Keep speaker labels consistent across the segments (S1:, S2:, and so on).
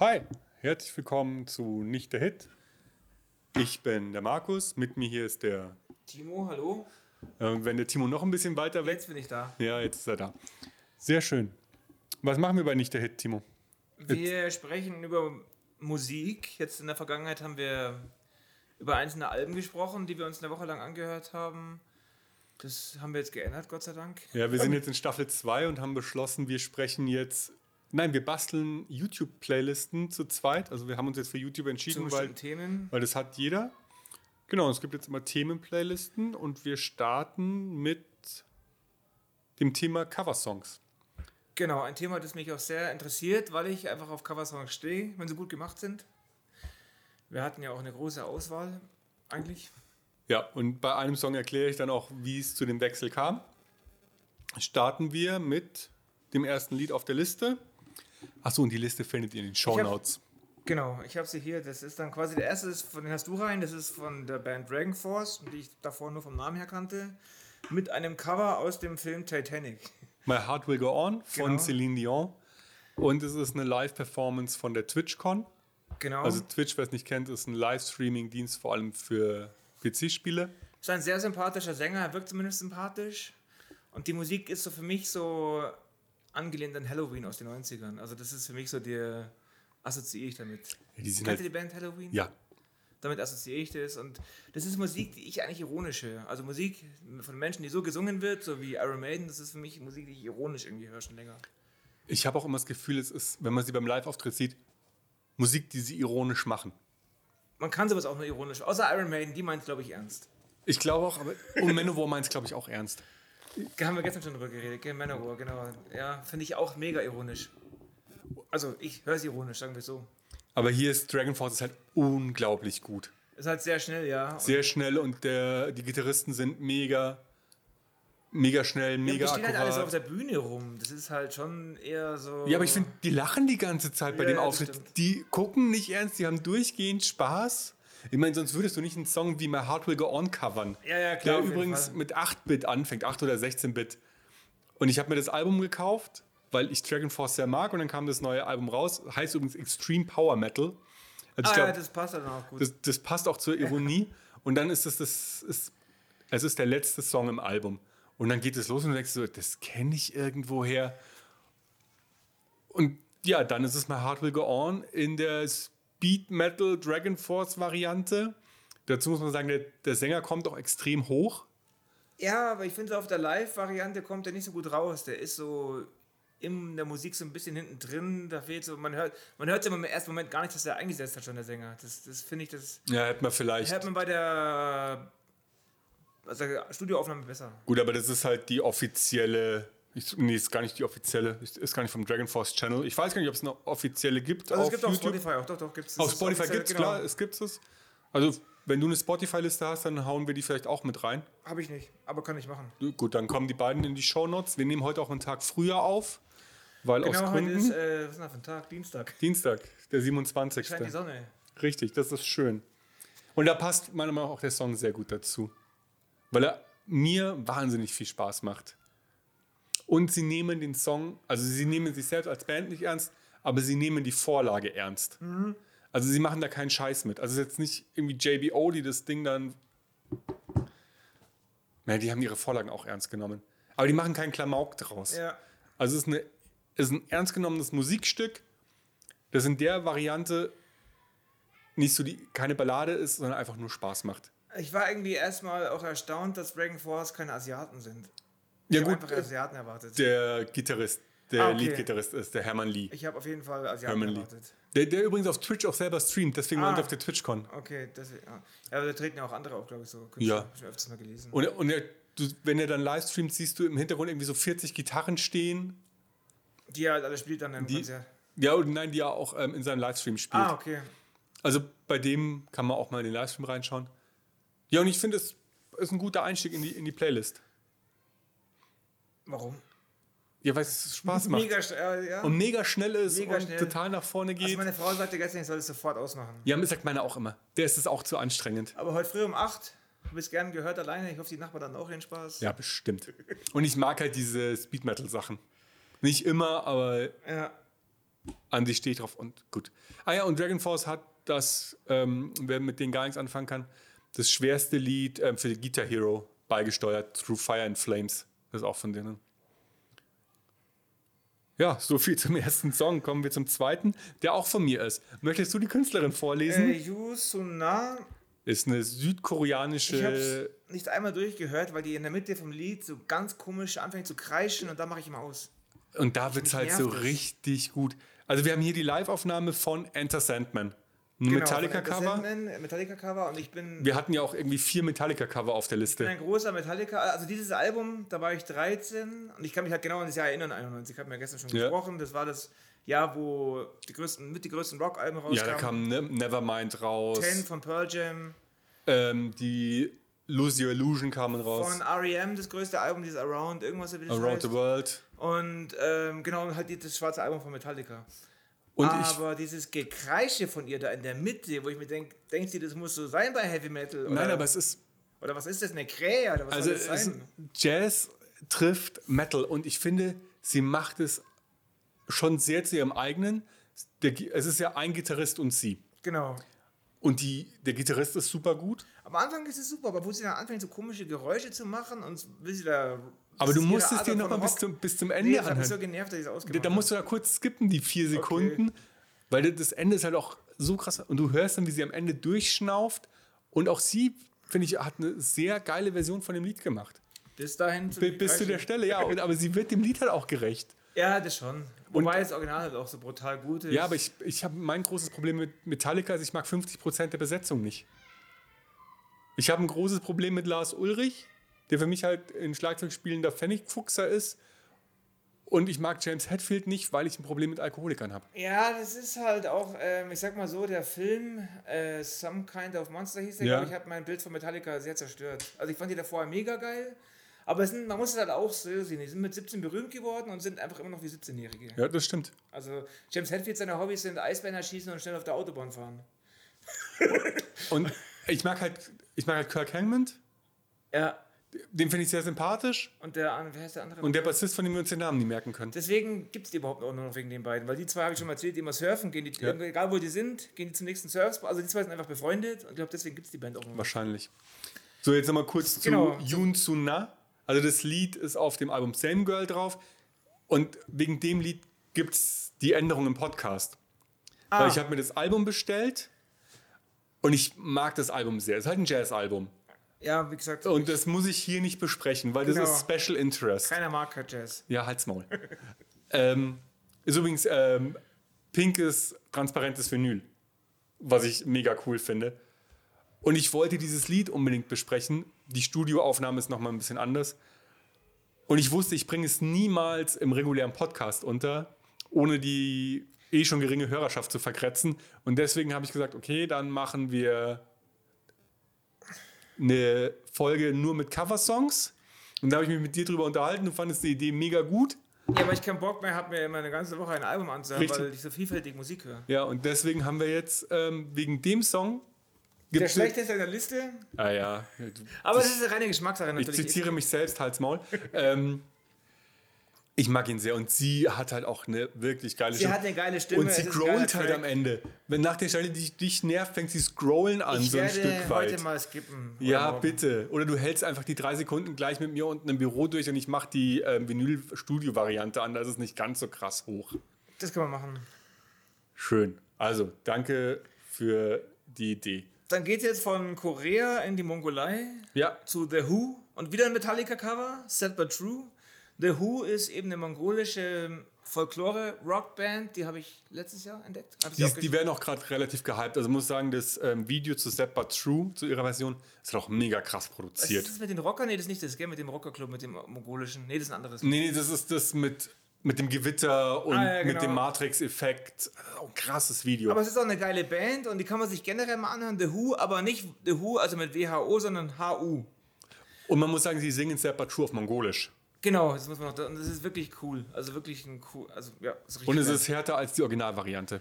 S1: Hi, herzlich willkommen zu Nicht der Hit. Ich bin der Markus, mit mir hier ist der,
S2: Timo, hallo?
S1: äh, wenn der Timo noch ein bisschen weiter weg.
S2: Jetzt bin ich da.
S1: Ja, jetzt ist er da. Sehr schön. Was machen wir bei Nicht der Hit, Timo?
S2: Wir sprechen über Musik. Jetzt in der Vergangenheit haben wir über einzelne Alben gesprochen, die wir uns eine Woche lang angehört haben. Das haben wir jetzt geändert, Gott sei Dank.
S1: Ja, wir sind jetzt in Staffel 2 und haben beschlossen, wir sprechen jetzt. Nein, wir basteln YouTube-Playlisten zu zweit. Also wir haben uns jetzt für YouTube
S2: Zu
S1: entschieden, weil,
S2: bestimmten Themen.
S1: weil das hat jeder. Genau, es gibt jetzt immer Themen-Playlisten und wir starten mit dem Thema Coversongs.
S2: Genau, ein Thema, das mich auch sehr interessiert, weil ich einfach auf Coversongs stehe, wenn sie gut gemacht sind. Wir hatten ja auch eine große Auswahl, eigentlich.
S1: Ja, und bei einem Song erkläre ich dann auch, wie es zu dem Wechsel kam. Starten wir mit dem ersten Lied auf der Liste. Achso, und die Liste findet ihr in den Show
S2: hab-
S1: Notes.
S2: Genau, ich habe sie hier. Das ist dann quasi der erste, ist von den hast du rein. Das ist von der Band Dragon Force, die ich davor nur vom Namen her kannte. Mit einem Cover aus dem Film Titanic.
S1: My Heart Will Go On von
S2: Genau.
S1: Celine Dion. Und es ist eine Live-Performance von der TwitchCon.
S2: Genau.
S1: Also Twitch, wer es nicht kennt, ist ein Live-Streaming-Dienst vor allem für PC-Spiele.
S2: ist ein sehr sympathischer Sänger, er wirkt zumindest sympathisch. Und die Musik ist so für mich so angelehnt an Halloween aus den 90ern. Also, das ist für mich so der. Assoziiere ich damit.
S1: Ja, die sind
S2: Kannte die
S1: halt,
S2: Band Halloween?
S1: ja,
S2: damit assoziiere ich das. Und das ist Musik, die ich eigentlich ironisch höre. Also Musik von Menschen, die so gesungen wird, so wie Iron Maiden, das ist für mich Musik, die ich ironisch irgendwie höre schon länger.
S1: ich habe auch immer das Gefühl, es ist, wenn man sie beim Live-Auftritt sieht, Musik, die sie ironisch machen.
S2: Man kann sowas auch nur ironisch. Außer Iron Maiden, die meint glaube ich ernst.
S1: Ich glaube auch, aber und Manowar meint es, glaube ich, auch ernst.
S2: Da haben wir gestern schon drüber geredet, gell? Manowar, genau. Ja, finde ich auch mega ironisch. Also ich höre es ironisch, sagen wir es so.
S1: Aber hier ist Dragon Force ist halt unglaublich gut.
S2: Ist halt sehr schnell, ja. Und
S1: Sehr schnell und der, die Gitarristen sind mega, mega schnell, mega
S2: das steht halt alles auf
S1: akkurat.
S2: der Bühne rum. Das ist halt schon eher so.
S1: ja, aber ich finde, die lachen die ganze Zeit bei
S2: Ja,
S1: dem
S2: ja, das
S1: Auftritt.
S2: stimmt.
S1: Die gucken nicht ernst, die haben durchgehend Spaß. Ich meine, sonst würdest du nicht einen Song wie My Heart Will Go On covern.
S2: Ja, ja,
S1: Der
S2: klar. auf jeden
S1: übrigens
S2: Fall.
S1: mit 8-Bit anfängt, 8 oder 16-Bit. Und ich habe mir das Album gekauft, weil ich Dragon Force sehr mag und dann kam das neue Album raus. Heißt übrigens Extreme Power Metal. Also ich
S2: Ah,
S1: glaub,
S2: ja, das passt dann auch gut.
S1: Das, das passt auch zur Ironie. Und dann ist es das, ist, es ist der letzte Song im Album. Und dann geht es los und du denkst so, das kenne ich irgendwoher. Und ja, dann ist es My Heart Will Go On in der Speed Metal Dragon Force Variante. Dazu muss man sagen, der, der Sänger kommt auch extrem hoch.
S2: Ja, aber ich finde, so auf der Live-Variante kommt er nicht so gut raus. Der ist so in der Musik so ein bisschen hinten drin. Da fehlt so, man hört man hört im ersten Moment gar nicht, dass er eingesetzt hat, schon der Sänger. Das, das finde ich, das
S1: Ja, hätte man vielleicht.
S2: hört man bei der, also der Studioaufnahme besser.
S1: Gut, aber das ist halt die offizielle. Ich, nee, ist gar nicht die offizielle. Ist, ist gar nicht vom Dragon Force Channel. Ich weiß gar nicht, ob es eine offizielle gibt.
S2: Also
S1: auf
S2: es gibt
S1: YouTube.
S2: auch Spotify, auch doch, doch, gibt es.
S1: Auf Spotify gibt es,
S2: genau.
S1: klar, es gibt es. Also, wenn du eine Spotify-Liste hast, dann hauen wir die vielleicht auch mit rein.
S2: Habe ich nicht, aber kann ich machen.
S1: Gut, dann kommen die beiden in die Shownotes. Wir nehmen heute auch einen Tag früher auf, weil
S2: Genau,
S1: aus
S2: heute
S1: Gründen...
S2: ist, äh, was ist denn das für ein Tag? Dienstag.
S1: Dienstag, der 27.
S2: Scheint die Sonne.
S1: Richtig, das ist schön. Und da passt meiner Meinung nach auch der Song sehr gut dazu. Weil er mir wahnsinnig viel Spaß macht. Und sie nehmen den Song, also sie nehmen sich selbst als Band nicht ernst, aber sie nehmen die Vorlage ernst. Also sie machen da keinen Scheiß mit. Also es ist jetzt nicht irgendwie JBO, die das Ding dann. Ja, die haben ihre Vorlagen auch ernst genommen. Aber die machen keinen Klamauk draus.
S2: Ja.
S1: Also es ist, eine, es ist ein ernst genommenes Musikstück, das in der Variante nicht so die, keine Ballade ist, sondern einfach nur Spaß macht.
S2: Ich war irgendwie erstmal auch erstaunt, dass Dragon Force keine Asiaten sind.
S1: Ja
S2: ich
S1: gut,
S2: hab
S1: äh,
S2: einfach Asiaten erwartet.
S1: der Gitarrist, der
S2: Ah, okay.
S1: Lead-Gitarrist ist der Hermann Lee.
S2: Ich habe auf jeden Fall Asiaten
S1: Herman Lee.
S2: erwartet.
S1: Der, der übrigens auf Twitch auch selber streamt, deswegen
S2: Ah.
S1: war ich auf der TwitchCon.
S2: Okay, das, ja. ja, aber da treten ja auch andere auf, glaube ich, so.
S1: Ja.
S2: Hab ich schon öfters mal gelesen.
S1: Und, und er, du, wenn er dann live streamt, siehst du im Hintergrund irgendwie so 40 Gitarren stehen.
S2: die halt alle spielt dann im
S1: Die-
S2: Konzert.
S1: Ja, und nein, die er auch ähm, in seinem Livestream spielt.
S2: Ah, okay.
S1: Also bei dem kann man auch mal in den Livestream reinschauen. Ja, und ich finde, es ist ein guter Einstieg in die, in die Playlist.
S2: Warum?
S1: Ja, weil es Spaß macht.
S2: Mega sch- äh, ja.
S1: und mega schnell ist
S2: Mega
S1: und
S2: schnell.
S1: total nach vorne
S2: also
S1: geht.
S2: meine Frau sagte gestern, ich soll es sofort ausmachen.
S1: ja, das sagt meine auch immer. Der ist es auch zu anstrengend.
S2: Aber heute früh um 8 habe ich es gern gehört alleine. Ich hoffe, die Nachbarn hatten auch ihren Spaß.
S1: Ja, bestimmt. Und ich mag halt diese Speed Metal Sachen. Nicht immer, aber
S2: Ja.
S1: an sich stehe ich drauf und gut. Ah ja, und Dragon Force hat das, ähm, wer mit denen gar nichts anfangen kann, das schwerste Lied ähm, für Guitar Hero beigesteuert, Through Fire and Flames. Das ist auch von denen. Ja, so viel zum ersten Song. Kommen wir zum zweiten, der auch von mir ist. Möchtest du die Künstlerin vorlesen?
S2: Äh, Yusuna,
S1: Ist eine
S2: ich hab's
S1: südkoreanische.
S2: nicht einmal durchgehört, weil die in der Mitte vom Lied so ganz komisch anfängt zu kreischen und dann mache ich immer aus.
S1: Und da wird es halt so
S2: nervt es.
S1: richtig gut. Also, wir haben hier die Live-Aufnahme von Enter Sandman. Ein
S2: Genau, von Enter
S1: Metallica-Cover.
S2: Sandman, äh, Metallica-Cover und ich bin
S1: Wir hatten ja auch irgendwie vier Metallica-Cover auf der Liste.
S2: ein großer Metallica. Also dieses Album, da war ich 13 und ich kann mich halt genau an das Jahr erinnern, 91. Ich habe mir gestern schon
S1: Ja.
S2: gesprochen. Das war das Jahr, wo die größten, mit die größten Rock-Alben rauskamen.
S1: Ja, da kam ne, Nevermind raus.
S2: Ten von Pearl Jam,
S1: Ähm, die Lose Your Illusion kamen raus.
S2: von R.E.M. das größte Album, dieses Around, irgendwas wie das
S1: Around
S2: heißt.
S1: the World.
S2: Und ähm, genau, und halt die- das schwarze Album von Metallica.
S1: Und ich.
S2: Aber dieses Gekreische von ihr da in der Mitte, wo ich mir denke, denkt sie, das muss so sein bei Heavy Metal? Oder,
S1: Nein, aber es ist.
S2: oder was ist das, eine Krähe? Oder was
S1: Also,
S2: äh, soll das
S1: es,
S2: sein?
S1: Jazz trifft Metal und ich finde, sie macht es schon sehr zu ihrem eigenen. Der, Gi- es ist ja ein Gitarrist und sie.
S2: Genau.
S1: Und die, der Gitarrist ist super gut.
S2: Am Anfang ist es super, aber wo sie dann anfängt, so komische Geräusche zu machen und will sie da.
S1: Aber
S2: das
S1: du
S2: ist
S1: musst
S2: ihre
S1: es
S2: Art
S1: dir
S2: von
S1: nochmal bis
S2: Rock.
S1: zum, bis zum Ende
S2: Nee, das hat mich
S1: anhören.
S2: so genervt, dass ich es
S1: da,
S2: ausgemacht
S1: da musst du da kurz skippen, die vier Sekunden, weil das Ende ist halt auch so krass. Und du hörst dann, wie sie am Ende durchschnauft. Und auch sie, finde ich, hat eine sehr geile Version von dem Lied gemacht.
S2: habe. Bis dahin. Zu
S1: Bi- Bis zu der Stelle, ja. Und, aber sie wird dem Lied halt auch gerecht.
S2: Ja, das schon. Wobei das Original halt auch so brutal gut ist.
S1: Ja, aber ich, ich habe mein großes Problem mit Metallica, also ich mag 50% der Besetzung nicht. Ich habe ein großes Problem mit Lars Ulrich, der für mich halt ein Schlagzeug spielender Pfennigfuchser ist. Und ich mag James Hetfield nicht, weil ich ein Problem mit Alkoholikern habe.
S2: Ja, das ist halt auch, ähm, ich sag mal so, der Film äh, Some Kind of Monster hieß der,
S1: Ja.
S2: glaub ich habe mein Bild von Metallica sehr zerstört. Also ich fand die davor mega geil, aber es sind, man muss es halt auch so sehen, die sind mit 17 berühmt geworden und sind einfach immer noch wie 17-Jährige.
S1: Ja, das stimmt.
S2: Also James Hetfield, seine Hobbys sind Eisbären schießen und schnell auf der Autobahn fahren.
S1: Und ich mag halt, ich mag halt Kirk Hammond,
S2: Ja,
S1: den finde ich sehr sympathisch.
S2: und der, an- wer heißt der andere?
S1: Und der Bassist, von dem wir uns den Namen nie merken können.
S2: Deswegen gibt es die überhaupt auch nur noch wegen den beiden, weil die zwei habe ich schon mal erzählt, die immer surfen, gehen die,
S1: Ja.
S2: egal wo die sind, gehen die zum nächsten Surfspot. Also die zwei sind einfach befreundet und ich glaube, deswegen gibt es die Band auch noch.
S1: Wahrscheinlich. So, jetzt nochmal kurz
S2: Genau.
S1: zu Yoon Suna. Also das Lied ist auf dem Album Same Girl drauf. Und wegen dem Lied gibt es die Änderung im Podcast.
S2: Ah.
S1: Weil ich habe mir das Album bestellt und ich mag das Album sehr. Es ist halt ein Jazz-Album.
S2: Ja, wie gesagt,
S1: Und das muss ich hier nicht besprechen, weil
S2: Genau.
S1: das ist Special Interest.
S2: keiner mag kein Jazz.
S1: Ja, halt's Maul. ähm, ist übrigens ähm, pinkes, transparentes Vinyl, was ich mega cool finde. Und ich wollte dieses Lied unbedingt besprechen. Die Studioaufnahme ist nochmal ein bisschen anders. Und ich wusste, ich bringe es niemals im regulären Podcast unter, ohne die eh schon geringe Hörerschaft zu verkratzen. Und deswegen habe ich gesagt, okay, dann machen wir eine Folge nur mit Coversongs. Und da habe ich mich mit dir drüber unterhalten. Du fandest die Idee mega gut.
S2: Ja, aber ich keinen Bock mehr habe, mir immer eine ganze Woche ein Album anzuhören,
S1: Richtig.
S2: weil ich so vielfältige Musik höre.
S1: Ja, und deswegen haben wir jetzt ähm, wegen dem Song.
S2: Der
S1: gibt's-
S2: schlechteste in der Liste,
S1: Ah ja.
S2: aber das ist eine reine Geschmackssache
S1: Ich
S2: natürlich.
S1: zitiere mich selbst, halt's Maul. ähm, ich mag ihn sehr und sie hat halt auch eine wirklich geile
S2: sie hat eine geile Stimme.
S1: und sie
S2: es ist ein geiler
S1: growlt halt
S2: Track.
S1: am Ende. Wenn nach der Stelle, die dich nervt, fängt sie scrollen an,
S2: Ich
S1: so ein
S2: werde
S1: Stück
S2: heute
S1: weit.
S2: mal skippen. Oder
S1: Ja,
S2: morgen.
S1: bitte. Oder du hältst einfach die drei Sekunden gleich mit mir unten im Büro durch und ich mache die ähm, Vinyl-Studio-Variante an. Da ist es nicht ganz so krass hoch.
S2: Das kann man machen.
S1: Schön. Also, danke für die Idee.
S2: Dann geht's jetzt von Korea in die Mongolei
S1: Ja,
S2: zu The Who und wieder ein Metallica-Cover, Sad But True. The Who ist eben eine mongolische Folklore-Rockband, die habe ich letztes Jahr entdeckt. Hab ich
S1: Die,
S2: auch
S1: die werden auch gerade relativ gehypt. Also muss sagen, das ähm, Video zu Step But True, zu ihrer Version, ist halt auch mega krass
S2: Was
S1: produziert.
S2: ist das mit den Rockern? Nee, das ist nicht das, gell? Mit dem Rockerclub, mit dem mongolischen. Nee, das ist ein anderes.
S1: Nee, nee, das ist das mit, mit dem Gewitter und
S2: Ah, ja,
S1: mit
S2: genau.
S1: dem Matrix-Effekt. Auch ein krasses Video.
S2: Aber es ist auch eine geile Band und die kann man sich generell mal anhören. The Who, aber nicht The Who, also mit WHO, sondern HU.
S1: und man muss sagen, sie singen Step But True auf Mongolisch.
S2: Genau, das muss man noch. Und das ist wirklich cool. Also wirklich ein cool. Also ja, ist richtig
S1: Und es
S2: geil.
S1: ist härter als die Originalvariante.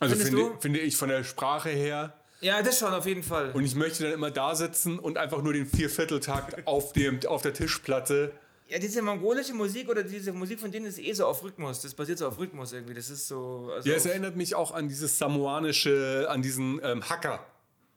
S1: Also
S2: Findest
S1: finde,
S2: du?
S1: finde ich von der Sprache her.
S2: Ja, das schon auf jeden Fall.
S1: Und ich möchte dann immer da sitzen und einfach nur den Viervierteltakt auf, dem, auf der Tischplatte
S2: Ja, diese mongolische Musik oder diese Musik von denen ist eh so auf Rhythmus. Das basiert so auf Rhythmus irgendwie. Das ist so. Also
S1: Ja, es
S2: auf-
S1: erinnert mich auch an dieses samoanische, an diesen ähm, Hacker,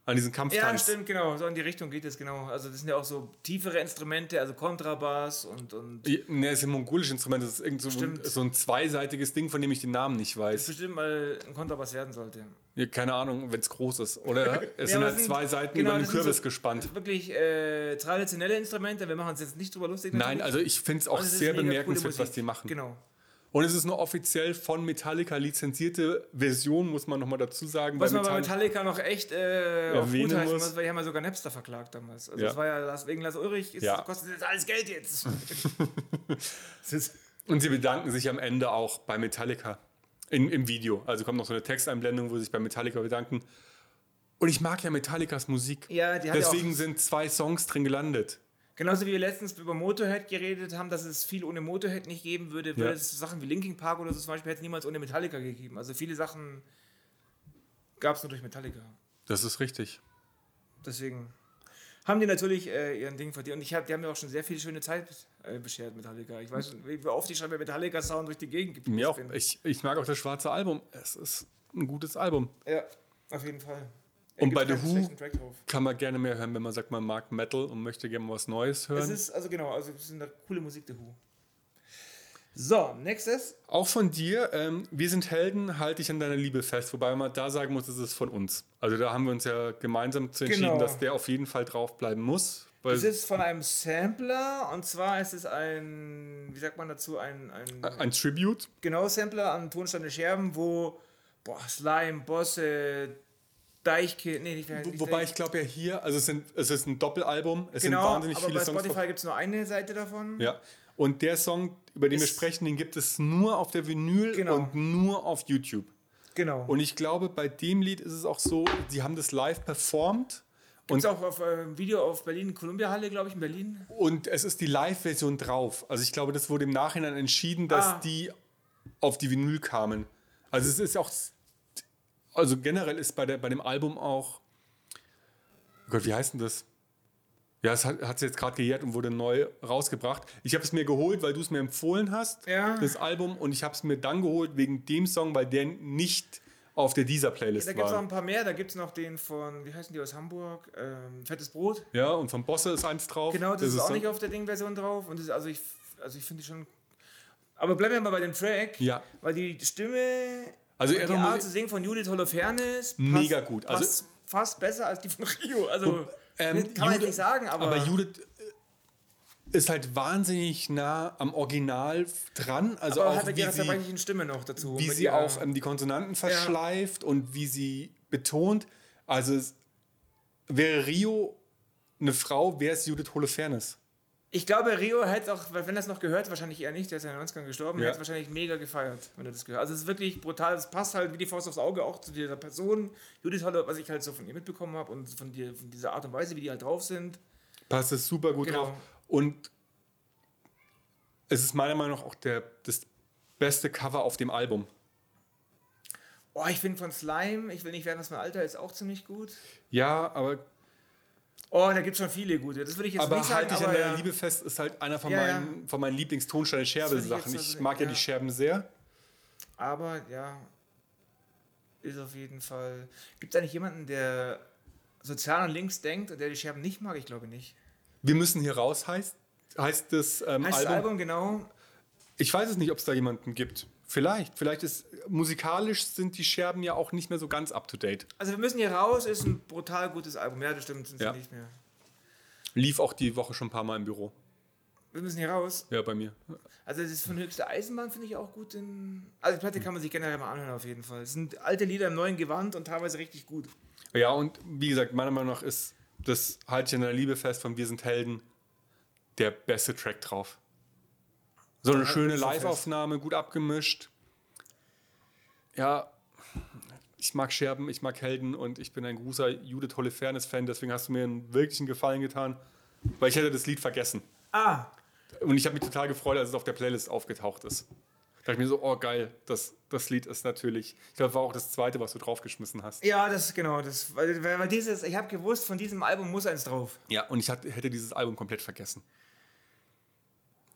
S1: an diesen
S2: ja
S1: Kampftanz.
S2: stimmt, genau. So in die Richtung geht es, genau. Also, das sind ja auch so tiefere Instrumente, also Kontrabass und. und
S1: Ja, Ne, es ist ein mongolisches Instrument, das ist irgend so, ein-
S2: Stimmt.
S1: so ein zweiseitiges Ding, von dem ich den Namen nicht
S2: das
S1: weiß.
S2: bestimmt mal ein Kontrabass werden sollte.
S1: Ja, keine Ahnung, wenn es groß ist. Oder es sind
S2: aber
S1: halt
S2: es sind-
S1: zwei Seiten
S2: genau,
S1: über einen
S2: das sind
S1: Kürbis
S2: so-
S1: gespannt.
S2: Wirklich äh, traditionelle Instrumente, wir machen uns jetzt nicht drüber lustig.
S1: Nein,
S2: natürlich.
S1: also ich finde es auch
S2: Aber es ist
S1: sehr
S2: mega coole
S1: bemerkenswert, was
S2: Musik.
S1: die machen.
S2: Genau.
S1: Und es ist eine offiziell von Metallica lizenzierte Version, muss man nochmal dazu sagen.
S2: Was
S1: weil
S2: man bei
S1: Metallica-
S2: Metallica noch echt äh, auf
S1: Erwähnen
S2: gut heißen
S1: muss.
S2: muss, weil die haben ja sogar Napster verklagt damals. Also
S1: Ja.
S2: das war ja Lars, wegen Lars Ulrich, ist,
S1: Ja.
S2: kostet jetzt alles Geld jetzt. Das ist-
S1: Und sie bedanken sich am Ende auch bei Metallica in, im Video. Also kommt noch so eine Texteinblendung, wo sie sich bei Metallica bedanken. Und ich mag ja Metallicas Musik.
S2: ja, die hat
S1: Deswegen
S2: ja auch,
S1: sind zwei Songs drin gelandet.
S2: genauso wie wir letztens über Motorhead geredet haben, dass es viel ohne Motorhead nicht geben würde, würde
S1: Ja.
S2: es Sachen wie Linkin Park oder so zum Beispiel hätte es niemals ohne Metallica gegeben. Also viele Sachen gab es nur durch Metallica.
S1: Das ist richtig.
S2: Deswegen haben die natürlich äh, ihren Ding verdient. Und ich hab, die haben mir auch schon sehr viel schöne Zeit äh, beschert, Metallica. Ich weiß nicht, wie wie oft ich schon mit Metallica-Sound durch die Gegend gepisst
S1: Mir auch.
S2: bin.
S1: Ich, ich mag auch das schwarze Album. Es ist ein gutes Album.
S2: Ja, auf jeden Fall.
S1: Und
S2: Gibt
S1: bei The
S2: keinen
S1: Who-
S2: schlechten Track drauf.
S1: Kann man gerne mehr hören, wenn man sagt, man mag Metal und möchte gerne was Neues
S2: Es
S1: hören.
S2: ist, also genau, also es ist eine coole Musik, The Who. So, nächstes.
S1: Auch von dir, ähm, wir sind Helden, halte ich an deiner Liebe fest. Wobei man da sagen muss, es ist von uns. Also da haben wir uns ja gemeinsam zu entschieden,
S2: Genau.
S1: dass der auf jeden Fall draufbleiben muss. Weil
S2: Es ist von einem Sampler und zwar ist es ein, wie sagt man dazu, ein, ein,
S1: Äh, ein Tribute.
S2: genau Sampler an Tonsteine Scherben, wo boah, Slime, Bosse, Deichkind, nee, nicht, wie heißt-
S1: Wo,
S2: nicht
S1: wobei
S2: Deich-
S1: ich glaube ja hier, also es, sind, es ist ein Doppelalbum, es
S2: genau,
S1: sind wahnsinnig
S2: aber
S1: viele
S2: bei
S1: Songs.
S2: Spotify gibt es nur eine Seite davon.
S1: Ja. Und der Song, über den wir
S2: Ist-
S1: sprechen, den gibt es nur auf der Vinyl
S2: Genau.
S1: und nur auf YouTube.
S2: Genau.
S1: Und ich glaube, bei dem Lied ist es auch so, sie haben das live performt
S2: Gibt es auch auf ähm, Video auf Berlin, Columbia Halle, glaube ich, in Berlin.
S1: und es ist die Live-Version drauf. Also ich glaube, das wurde im Nachhinein entschieden, dass
S2: Ah.
S1: die auf die Vinyl kamen. Also es ist auch, also generell ist bei, der, bei dem Album auch, oh Gott, wie heißt denn das? Ja, es hat, hat sie jetzt gerade gejährt und wurde neu rausgebracht. Ich habe es mir geholt, weil du es mir empfohlen hast,
S2: Ja.
S1: das Album, und ich habe es mir dann geholt wegen dem Song, weil der nicht auf der dieser Playlist
S2: Da gibt es noch
S1: war.
S2: ein paar mehr. Da gibt es noch den von, wie heißen die aus Hamburg? Ähm, Fettes Brot.
S1: Ja, und von Bosse ist eins drauf.
S2: Genau, das, ist auch
S1: so-
S2: nicht auf der Ding-Version drauf. Und das, ist- also ich, also ich finde die schon. Aber bleiben wir mal bei dem Track.
S1: Ja.
S2: Weil die Stimme.
S1: Also
S2: und
S1: er
S2: die
S1: hat noch
S2: Art
S1: Musik-
S2: zu singen von Judith Holofernes. passt-
S1: Mega gut. Also-
S2: passt fast besser als die von Rio. Also.
S1: Ähm,
S2: kann man jetzt
S1: Jude-
S2: nicht sagen, aber.
S1: Aber Judith äh, ist halt wahnsinnig nah am Original f- dran. Also
S2: aber
S1: auch
S2: hat er
S1: wie
S2: ihre
S1: sie,
S2: zerbrechlichen Stimme noch dazu.
S1: wie
S2: mit
S1: sie
S2: ihrer-
S1: auch ähm, die Konsonanten verschleift und wie sie betont. Also es, wäre Rio eine Frau, wäre es Judith Holofernes.
S2: Ich glaube, Rio hätte auch, wenn das noch gehört, wahrscheinlich eher nicht, der ist ja in den 90ern gestorben,
S1: Ja.
S2: hätte es wahrscheinlich mega gefeiert, wenn du das gehört Also es ist wirklich brutal, es passt halt wie die Faust aufs Auge auch zu dieser Person. Judith Holler, was ich halt so von ihr mitbekommen habe und von, dir, von dieser Art und Weise, wie die halt drauf sind.
S1: Passt es super gut
S2: Genau.
S1: drauf. Und es ist meiner Meinung nach auch der, das beste Cover auf dem Album.
S2: Oh, ich finde von Slime, ich will nicht werden, was mein Alter ist, auch ziemlich gut.
S1: Ja, aber,
S2: Oh, da gibt es schon viele gute. Das würde ich jetzt
S1: aber
S2: nicht sagen,
S1: halte ich an
S2: aber
S1: deiner
S2: ja.
S1: Liebe fest ist halt einer von
S2: Ja, ja.
S1: meinen, von meinen
S2: Das würde ich
S1: Lieblingstonsteine-Scherbe-Sachen.
S2: jetzt
S1: Ich
S2: mal-
S1: mag ja
S2: ja.
S1: die Scherben sehr.
S2: Aber ja, ist auf jeden Fall. Gibt es eigentlich jemanden, der sozial und links denkt und der die Scherben nicht mag? Ich glaube nicht.
S1: Wir müssen hier raus heißt, heißt das, ähm,
S2: Heißt
S1: Album.
S2: das Album genau?
S1: Ich weiß es nicht, ob es da jemanden gibt. Vielleicht, vielleicht ist musikalisch sind die Scherben ja auch nicht mehr so ganz up to date.
S2: Also wir müssen hier raus, ist ein brutal gutes Album. Ja, das stimmt, sind sie
S1: Ja.
S2: nicht mehr.
S1: Lief auch die Woche schon ein paar Mal im Büro.
S2: Wir müssen hier raus.
S1: Ja, bei mir.
S2: Also das ist von höchster Eisenbahn, finde ich auch gut. In also die Platte kann man sich generell mal anhören auf jeden Fall. Es sind alte Lieder im neuen Gewand und teilweise richtig gut.
S1: Ja, und wie gesagt, meiner Meinung nach ist das Haltchen deiner Liebe fest von Wir sind Helden der beste Track drauf. So eine schöne
S2: ist so fest.
S1: Live-Aufnahme, gut abgemischt. Ja, ich mag Scherben, ich mag Helden und ich bin ein großer Judith Holofernes-Fan, deswegen hast du mir einen wirklichen Gefallen getan, weil ich hätte das Lied vergessen.
S2: Ah,
S1: Und ich habe mich total gefreut, als es auf der Playlist aufgetaucht ist. Da dachte ich mir so, oh geil, das, das Lied ist natürlich. Ich glaube, war auch das zweite, was du draufgeschmissen hast.
S2: ja, das genau, das weil, weil weil dieses ich habe gewusst, von diesem Album muss eins drauf.
S1: Ja, und ich hat, hätte dieses Album komplett vergessen.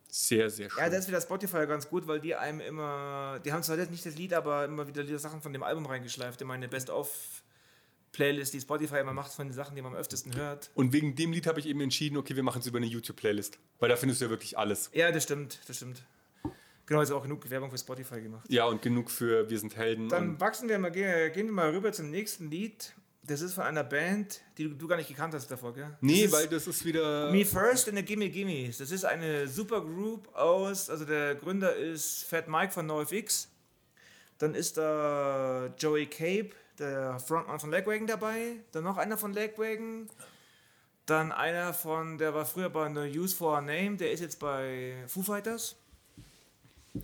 S1: Sehr, sehr schön.
S2: Ja, das ist wieder Spotify ganz gut, weil die einem immer, die haben zwar jetzt nicht das Lied, aber immer wieder die Sachen von dem Album reingeschleift in meine Best-of-Playlist, die Spotify immer macht von den Sachen, die man am öftesten hört.
S1: Und wegen dem Lied habe ich eben entschieden, okay, wir machen es über eine YouTube-Playlist. Weil da findest du ja wirklich alles.
S2: Ja, das stimmt, das stimmt. Genau, jetzt auch genug Werbung für Spotify gemacht.
S1: Ja, und genug für Wir sind Helden.
S2: Dann
S1: und
S2: wachsen wir mal, gehen, gehen wir mal rüber zum nächsten Lied. Das ist von einer Band, die du, du gar nicht gekannt hast davor, gell?
S1: nee,
S2: das
S1: weil das ist wieder.
S2: Me First in der Gimme Gimme. Das ist eine Supergroup aus, also der Gründer ist Fat Mike von NoFX. Dann ist da Joey Cape, der Frontmann von Lagwagon dabei. Dann noch einer von Lagwagon. Dann einer von, der war früher bei No Use for a Name, der ist jetzt bei Foo Fighters.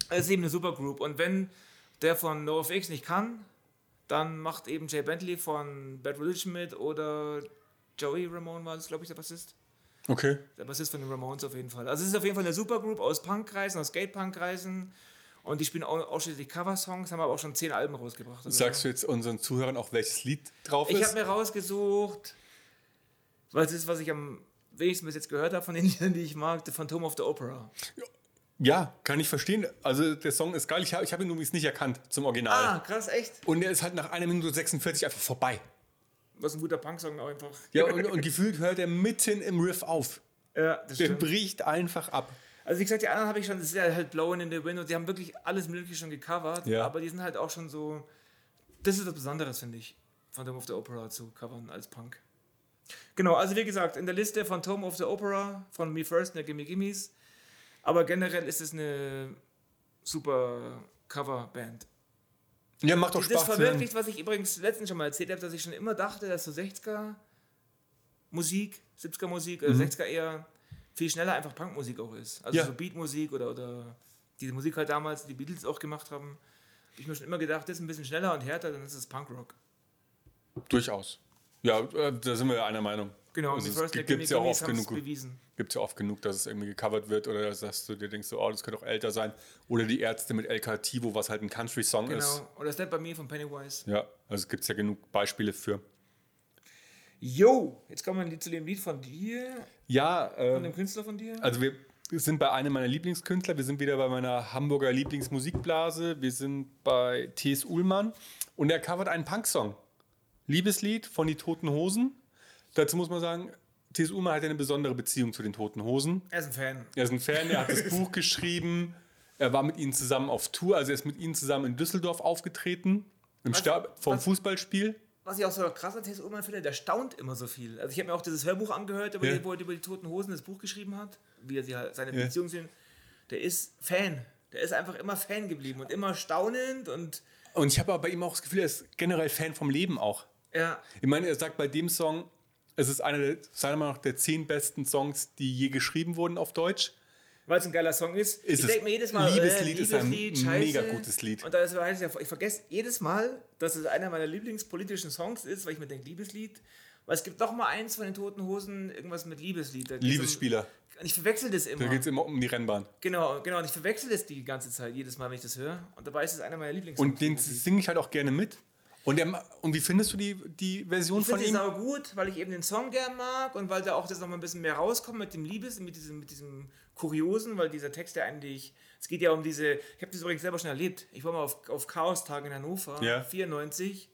S2: Es ist eben eine Supergroup. Und wenn der von NoFX nicht kann, dann macht eben Jay Bentley von Bad Religion mit oder Joey Ramone war das, glaube ich, der Bassist.
S1: Okay.
S2: Der Bassist von den Ramones auf jeden Fall. Also es ist auf jeden Fall eine Supergroup aus Punkkreisen, aus Skatepunk-Kreisen. Und die spielen au- ausschließlich Cover-Songs, haben aber auch schon zehn Alben rausgebracht. oder
S1: Sagst
S2: so.
S1: du jetzt unseren Zuhörern auch, welches Lied drauf
S2: Also, Ich
S1: ist?
S2: habe mir rausgesucht, weil es ist, was ich am wenigsten bis jetzt gehört habe von den Liedern, die ich mag, The Phantom of the Opera.
S1: Ja, kann ich verstehen. Also der Song ist geil. Ich habe ich hab ihn übrigens nicht erkannt zum Original.
S2: Ah, krass, echt?
S1: Und er ist halt nach einer Minute 46 einfach vorbei.
S2: Was ein guter Punk-Song auch einfach.
S1: Ja, und, und gefühlt hört er mitten im Riff auf.
S2: Ja, das
S1: Der
S2: stimmt.
S1: bricht einfach ab.
S2: Also wie gesagt, die anderen habe ich schon, das ist ja halt Blowing in the Wind und die haben wirklich alles mögliche schon gecovert,
S1: Ja.
S2: aber die sind halt auch schon so, das ist was Besonderes, finde ich, Phantom of the Opera zu covern als Punk. Genau, also wie gesagt, in der Liste Phantom of the Opera von Me First und der Gimme Gimmes, aber generell ist es eine super Coverband.
S1: Ja, macht doch
S2: Das
S1: Spaß. zu hören.
S2: verwirklicht, was ich übrigens letztens schon mal erzählt habe, dass ich schon immer dachte, dass so 60er Musik, 70er Musik, oder 60er äh, eher viel schneller einfach Punkmusik auch ist. Also
S1: Mhm. Ja.
S2: so Beatmusik oder, oder diese Musik halt damals, die Beatles auch gemacht haben. Hab Ich mir schon immer gedacht, das ist ein bisschen schneller und härter, dann ist es Punkrock.
S1: Durchaus. Ja, äh, da sind wir ja einer Meinung.
S2: Genau,
S1: Also
S2: die
S1: es
S2: First
S1: gibt-
S2: Like
S1: gibt's ja auch
S2: Gimme Gimmes
S1: oft
S2: haben's
S1: genug.
S2: bewiesen.
S1: Gibt es ja oft genug, dass es irgendwie gecovert wird oder dass du dir denkst, so, oh, das könnte auch älter sein. Oder die Ärzte mit LK Tivo, was halt ein Country-Song ist.
S2: Genau. Oder Step by Me von Pennywise.
S1: Ja, also gibt es ja genug Beispiele für.
S2: Yo, jetzt kommen wir zu dem Lied von dir,
S1: Ja,
S2: von dem
S1: ähm,
S2: Künstler von dir.
S1: also wir sind bei einem meiner Lieblingskünstler, wir sind wieder bei meiner Hamburger Lieblingsmusikblase, wir sind bei T.S. Uhlmann und er covert einen Punk-Song. Liebeslied von die Toten Hosen. Dazu muss man sagen, T.S. Uhlmann hat ja eine besondere Beziehung zu den Toten Hosen.
S2: Er ist ein Fan.
S1: Er ist ein Fan, er hat das Buch geschrieben, er war mit ihnen zusammen auf Tour, also er ist mit ihnen zusammen in Düsseldorf aufgetreten, im Stab vom
S2: was-
S1: Fußballspiel.
S2: was ich auch so krass an T.S. Ullmann finde, der staunt immer so viel. Also ich habe mir auch dieses Hörbuch angehört, über
S1: Ja.
S2: die, wo er über die Toten Hosen das Buch geschrieben hat, wie er sie halt, seine
S1: Ja.
S2: Beziehung sehen. Der ist Fan. Der ist einfach immer Fan geblieben und immer staunend und
S1: Und ich habe aber bei ihm auch das Gefühl, er ist generell Fan vom Leben auch.
S2: ja,
S1: Ich meine, er sagt bei dem Song, es ist einer der, seiner Meinung nach der zehn besten Songs, die je geschrieben wurden auf Deutsch.
S2: weil es ein geiler Song ist.
S1: Ist
S2: ich
S1: es.
S2: denke mir jedes Mal, äh,
S1: Liebeslied ist ein
S2: Liebeslied,
S1: mega gutes Lied.
S2: Und da ist, heißt es ja, ich vergesse jedes Mal, dass es einer meiner lieblingspolitischen Songs ist, weil ich mir denke, Liebeslied. Weil es gibt doch mal eins von den Toten Hosen, irgendwas mit Liebeslied. Da geht's um-
S1: Liebesspieler.
S2: Und ich verwechsel das immer.
S1: Da geht es immer um die Rennbahn.
S2: Genau, genau. Und ich verwechsel das die ganze Zeit, jedes Mal, wenn ich das höre. Und dabei ist es einer meiner Lieblings.
S1: Und den singe ich halt auch gerne mit. Und, er, ma- und wie findest du die, die Version
S2: ich
S1: von
S2: finde
S1: ihm?
S2: ihn auch gut, weil ich eben den Song gern mag und weil da auch das nochmal ein bisschen mehr rauskommt mit dem Liebes, mit diesem, mit diesem Kuriosen, weil dieser Text ja eigentlich, es geht ja um diese, ich habe das übrigens selber schon erlebt. Ich war mal auf, auf Chaos-Tagen in Hannover,
S1: Ja.
S2: 94.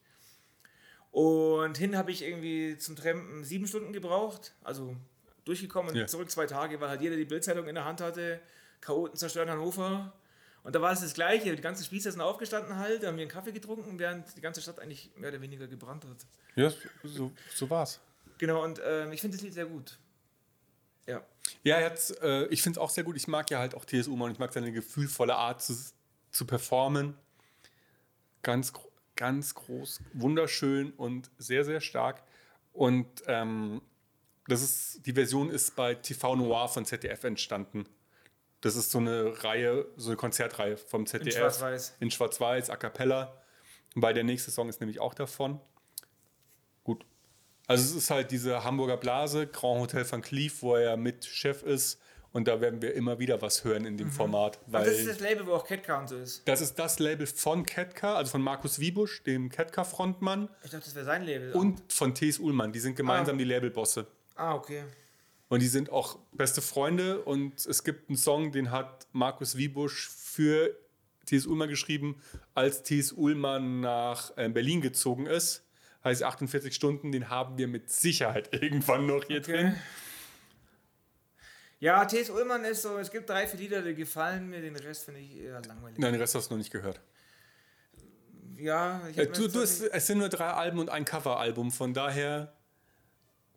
S2: Und hin habe ich irgendwie zum Trampen sieben Stunden gebraucht, also durchgekommen und
S1: Ja.
S2: zurück zwei Tage, weil halt jeder die Bildzeitung in der Hand hatte. Chaoten zerstören Hannover. Und da war es das Gleiche. Die ganzen Spießer sind aufgestanden halt, haben mir einen Kaffee getrunken, während die ganze Stadt eigentlich mehr oder weniger gebrannt hat.
S1: Ja, so, so war's.
S2: Genau, und ähm, ich finde das Lied sehr gut. Ja.
S1: Ja, er hat's, äh, ich finde es auch sehr gut. Ich mag ja halt auch TSU und ich mag seine gefühlvolle Art zu, zu performen. Ganz, gro- ganz groß, wunderschön und sehr, sehr stark. Und ähm, das ist, die Version ist bei TV Noir von ZDF entstanden. Das ist so eine Reihe, so eine Konzertreihe vom ZDF.
S2: Schwarz-Weiß.
S1: In Schwarz-Weiß, A Cappella. Weil der nächste Song ist nämlich auch davon. Gut. Also es ist halt diese Hamburger Blase, Grand Hotel van Cleef, wo er mit Chef ist. Und da werden wir immer wieder was hören in dem Format. Weil
S2: Mhm. Und das ist das Label, wo auch Catcar und so ist.
S1: das ist das Label von Ketka, also von Markus Wiebusch, dem Ketka-Frontmann,
S2: Ich dachte, das wäre sein Label.
S1: und von T.S. Ullmann. Die sind gemeinsam
S2: Ah.
S1: die Labelbosse.
S2: Ah, okay.
S1: Und die sind auch beste Freunde. Und es gibt einen Song, den hat Markus Wiebusch für T.S. Ullmann geschrieben, als T.S. Ullmann nach äh, Berlin gezogen ist. Heißt 48 Stunden, den haben wir mit Sicherheit irgendwann noch hier drin.
S2: Ja, T.S. Ullmann ist so, es gibt drei, vier Lieder, die gefallen mir, den Rest finde ich eher langweilig.
S1: Nein, den Rest hast du noch nicht gehört.
S2: Ja, ich hab
S1: Äh,
S2: mir
S1: du,
S2: jetzt
S1: du hast,
S2: tatsächlich-
S1: es sind nur drei Alben und ein Coveralbum, von daher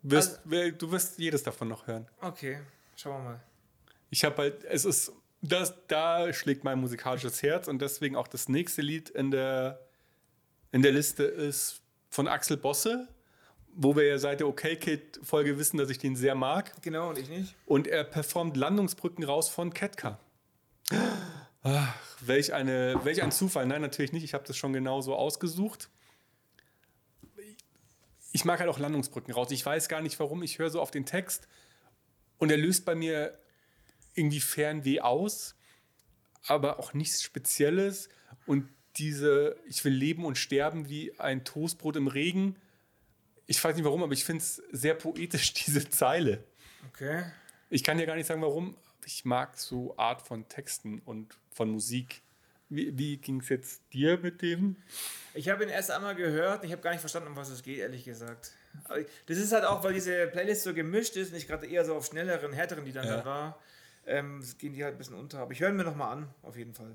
S1: wirst,
S2: Also-
S1: wer- du wirst jedes davon noch hören.
S2: Okay, schauen wir mal.
S1: Ich habe halt, es ist, das, da schlägt mein musikalisches Herz und deswegen auch das nächste Lied in der, in der Liste ist von Axel Bosse, wo wir ja seit der Okay Kid Folge wissen, dass ich den sehr mag.
S2: Genau, und ich nicht.
S1: Und er performt Landungsbrücken raus von Ketka. Ach, welch, eine, welch ein Zufall. Nein, natürlich nicht. Ich habe das schon genauso ausgesucht. Ich mag halt auch Landungsbrücken raus. Ich weiß gar nicht warum. Ich höre so auf den Text und er löst bei mir irgendwie Fernweh aus, aber auch nichts Spezielles. Und diese, ich will leben und sterben wie ein Toastbrot im Regen. Ich weiß nicht warum, aber ich finde es sehr poetisch, diese Zeile.
S2: Okay.
S1: Ich kann ja gar nicht sagen, warum. Ich mag so Art von Texten und von Musik. Wie, wie ging es jetzt dir mit dem?
S2: Ich habe ihn erst einmal gehört und ich habe gar nicht verstanden, um was es geht, ehrlich gesagt. Aber ich- Das ist halt auch, weil diese Playlist so gemischt ist und ich gerade eher so auf schnelleren, härteren Liedern
S1: Ja.
S2: dann war, ähm, gehen die halt ein bisschen unter. Aber ich höre ihn mir nochmal an, auf jeden Fall.